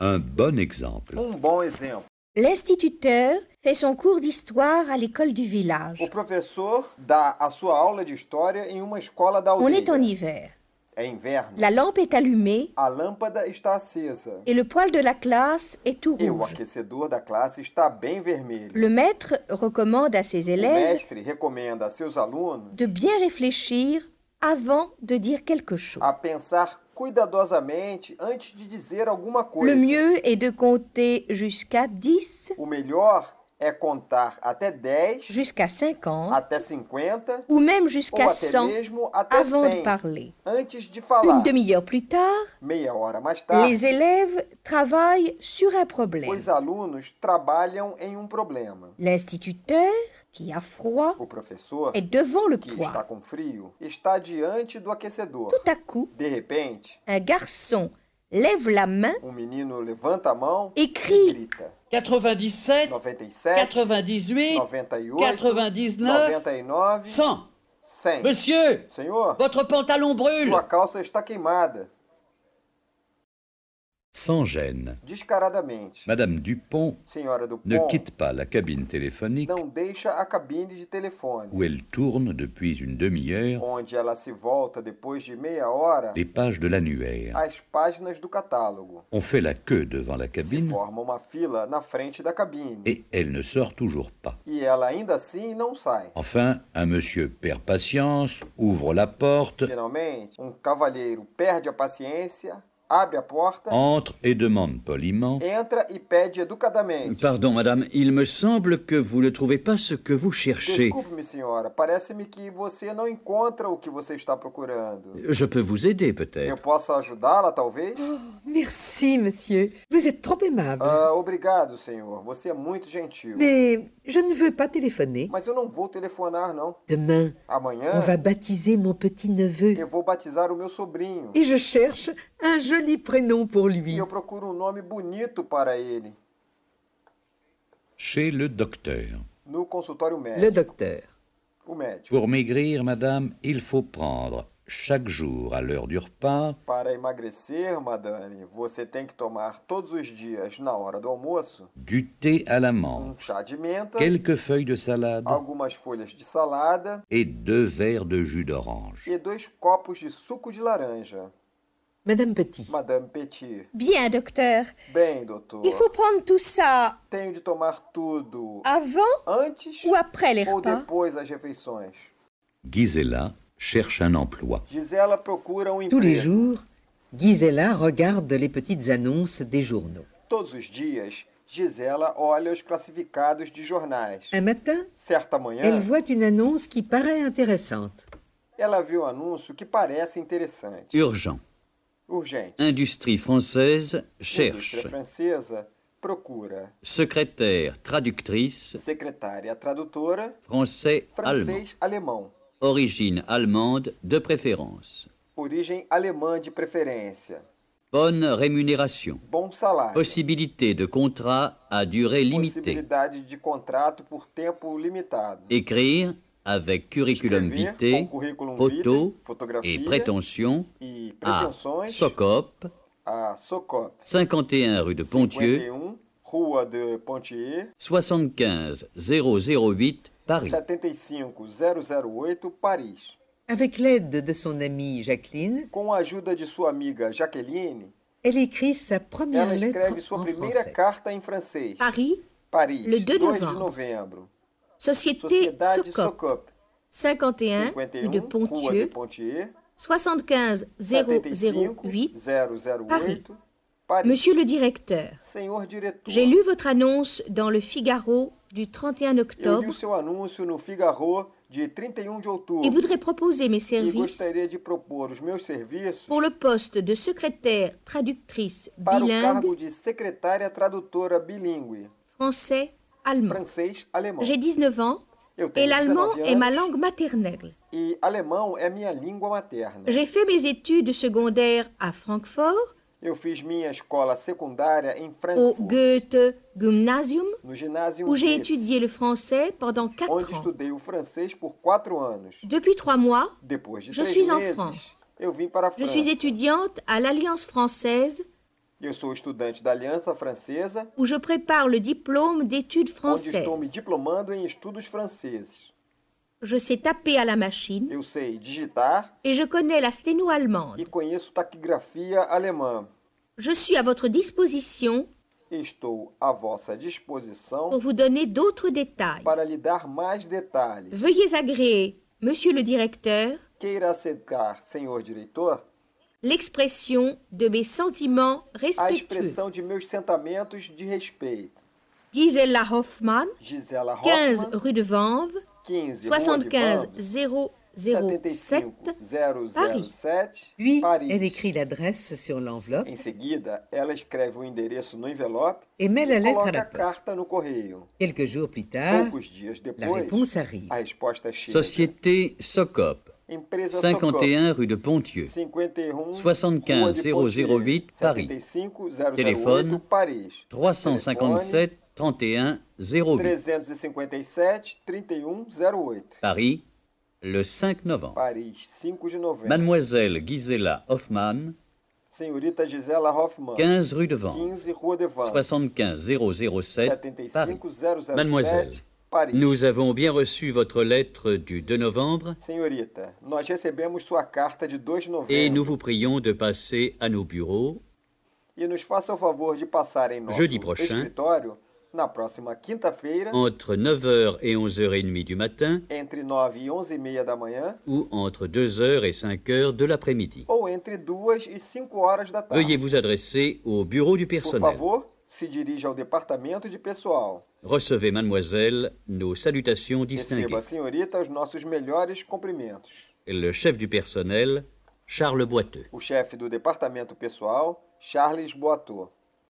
Un bon exemple. Um bom exemplo. L'instituteur fait son cours d'histoire à l'école du village. O professor dá a sua aula de história em uma escola da On aldeia. est en hiver. É inverno. La lampe est allumée A lâmpada está acesa et le poêle de la classe est tout e o rouge. aquecedor da classe está bem vermelho. Le maître recommande à ses O élèves mestre recomenda a seus alunos de bien réfléchir avant de dire quelque chose. a pensar cuidadosamente antes de dizer alguma Le coisa. mieux est de compter jusqu'à 10, O melhor é contar até 10, jusqu'à 50 até 50 ou même ou jusqu'à até 100 mesmo até avant 100 de parler. antes de Une falar. demi-heure plus tard, Meia hora mais tarde, les élèves travaillent sur un problème. os alunos trabalham em um problema. L'instituteur, qui a froid, O professor, est devant le que está poids. com frio, está diante do aquecedor. Tout à coup, De repente, un garçon lève la main um menino levanta a mão et e crie grita: 97, 97, 98, 98, 99, 99, 100. 100. Monsieur, Senhor, votre pantalon brûle. sua calça está queimada, Sans gêne, descaradamente. Madame Dupont Senhora do ne Pão, quitte pas la cabine téléphonique não deixa a cabine de telefone, où elle tourne depuis une demi-heure onde ela se volta depois de meia hora les pages de l'annuaire. às páginas do catálogo. On fait la queue devant la Se cabine forma uma fila na frente da cabine. et elle ne sort toujours pas. E ela ainda assim não sai. Enfin, un monsieur perd patience, ouvre la porte, Finalmente, um cavalheiro perde a paciência, abre a porta, entre et demande poliment entra e pede educadamente. Então, Pardon, madame, il me semble que vous ne trouvez pas ce que vous cherchez. Desculpe-me, senhora, parece-me que você não encontra o que você está procurando. Je peux vous aider É. Eu peut-être. posso ajudá-la, talvez? Uhum. Merci, monsieur. Vous êtes trop aimable. Ah, obrigado, senhor. Você é muito gentil. Mais je ne veux pas téléphoner. Mas eu não vou telefonar, não. Demain, Amanhã on va baptiser mon petit-neveu. eu vou batizar o meu sobrinho. Et je cherche un joli prénom pour E lui. eu procuro um nome bonito para ele chez le docteur. no consultório Le médico. docteur. O médico. Pour maigrir, madame, il faut prendre chaque jour à l'heure du repas Para emagrecer, madame, você tem que tomar todos os dias, na hora do almoço, du thé à la um menthe, chá de menta, quelques feuilles de salade algumas folhas de salada et deux verres de jus d'orange. e dois copos de suco de laranja. Madame Petit. Madame Petit. Bien, docteur, Bem, doutor, il faut prendre tout ça tenho de tomar tudo avant antes ou après les ou repas. depois das refeições. Gisela cherche un emploi. Gisela procura um Tous les emprego. jours, Gisela regarde les petites annonces des journaux. Todos os dias, Gisela olha os classificados de jornais. Un matin, Certa elle manhã, voit une annonce qui paraît intéressante. ela viu um anúncio que parece interessante. Urgent. Urgente. Industrie française cherche Indústria francesa procura secrétaire traductrice secretária tradutora français-allemand. francês-alemão, Origine allemande de préférence. origem alemã de preferência, Bonne rémunération. bom salário, Possibilité de contrat à durée limitée. possibilidade de contrato por tempo limitado, Écrire avec curriculum Escrever com vitae, currículo photo vitae, fotografia et prétention e à pretensões Socop, a Socop 51 rue de Pontieu, 51, Rua de Pontier, 75 008 Paris. 75008, Paris. Avec l'aide de son amie Jacqueline, Com a ajuda de sua amiga Jaqueline, elle écrit sa première ela lettre escreve sua en primeira français. carta em francês. Paris, Paris, Le 2 2 de novembro. novembro. Société Sociedade Socop, Socop, 51 rue 51, de Rua de Pontieu, Pontier, 75 008. 75008, Paris. Paris. Monsieur le directeur, Senhor diretor, j'ai lu votre annonce dans le Figaro du 31 eu li octobre o seu anúncio no Figaro de 31 de outubro et voudrais proposer mes e services gostaria de propor os meus serviços pour le poste de secrétaire traductrice para o bilingue cargo de secretária tradutora bilíngue, français-allemand. francês-alemão. Hum. J'ai 19 ans Eu et tenho l'allemand 19 est ma anos langue maternelle. e alemão é minha língua materna. J'ai fait mes études secondaires à Francfort, Eu fiz minha escola secundária em au Frankfurt, Goethe Gymnasium, no ginásio où j'ai Goethe, étudié le français pendant 4 onde ans. estudei o francês por quatro anos. Depuis 3 mois, Depois de Je três suis en meses, France. eu vim para a je França. suis étudiante à l'Alliance française Eu sou estudante da Aliança Francesa, où je prépare le diplôme d'études onde françaises. estou me diplomando em estudos franceses. Je sais taper à la machine Eu sei digitar et je connais la sténo allemande. e conheço taquigrafia alemã. Je suis à votre disposition Estou à vossa disposição pour vous donner d'autres détails. para lhe dar mais detalhes. Veuillez agréer, monsieur le directeur, Queira aceitar, senhor diretor, l'expression de mes sentiments a respectueux. expressão de meus sentimentos de respeito. Gisela Hoffmann, Gisela 15 Hoffmann, rue de Vanves, 15, Rua de 75 Vanves, 007, 75 007, Puis, elle Paris. écrit l'adresse sur l'enveloppe Em seguida, ela escreve o endereço no envelope et met la e lettre à coloca la a poste. carta no correio. Quelques jours plus tard, Poucos dias Ah, la depois, réponse arrive. a resposta chega. Société Socop, Empresa Socop, 51 rue de Pontieux. 51 75 Rua de Pontier, 008, Paris. 75 008, Téléphone, Paris. 357 31 08. 357 3108. Paris, le 5 novembre. Paris, 5 de novembro. Mademoiselle Gisela Hoffmann, Senhorita Gisela Hoffmann, 15 rue de Vence, 15 Rua de Vans, 75 007, Paris. 75 007, tá Mademoiselle, Paris. Nous avons bien reçu votre lettre du 2 novembre Senhorita, nós recebemos sua carta de 2 de novembro et nous vous prions de passer à nos bureaux e nos faça o favor de passar em nosso Jeudi prochain. Um- escritório na próxima quinta-feira, entre 9h et 11h30 du matin entre 9 e 11 e meia da manhã, ou entre 2h et 5h de l'après-midi. ou entre 2 e 5 horas da tarde. Veuillez vous adresser au bureau du Por personnel. favor, se dirija ao departamento de pessoal. Recevez, mademoiselle, nos salutations Receba, distinguées. senhorita, os nossos melhores cumprimentos. Le chef du personnel, Charles Boiteux. O chefe do departamento pessoal, Charles Boateau.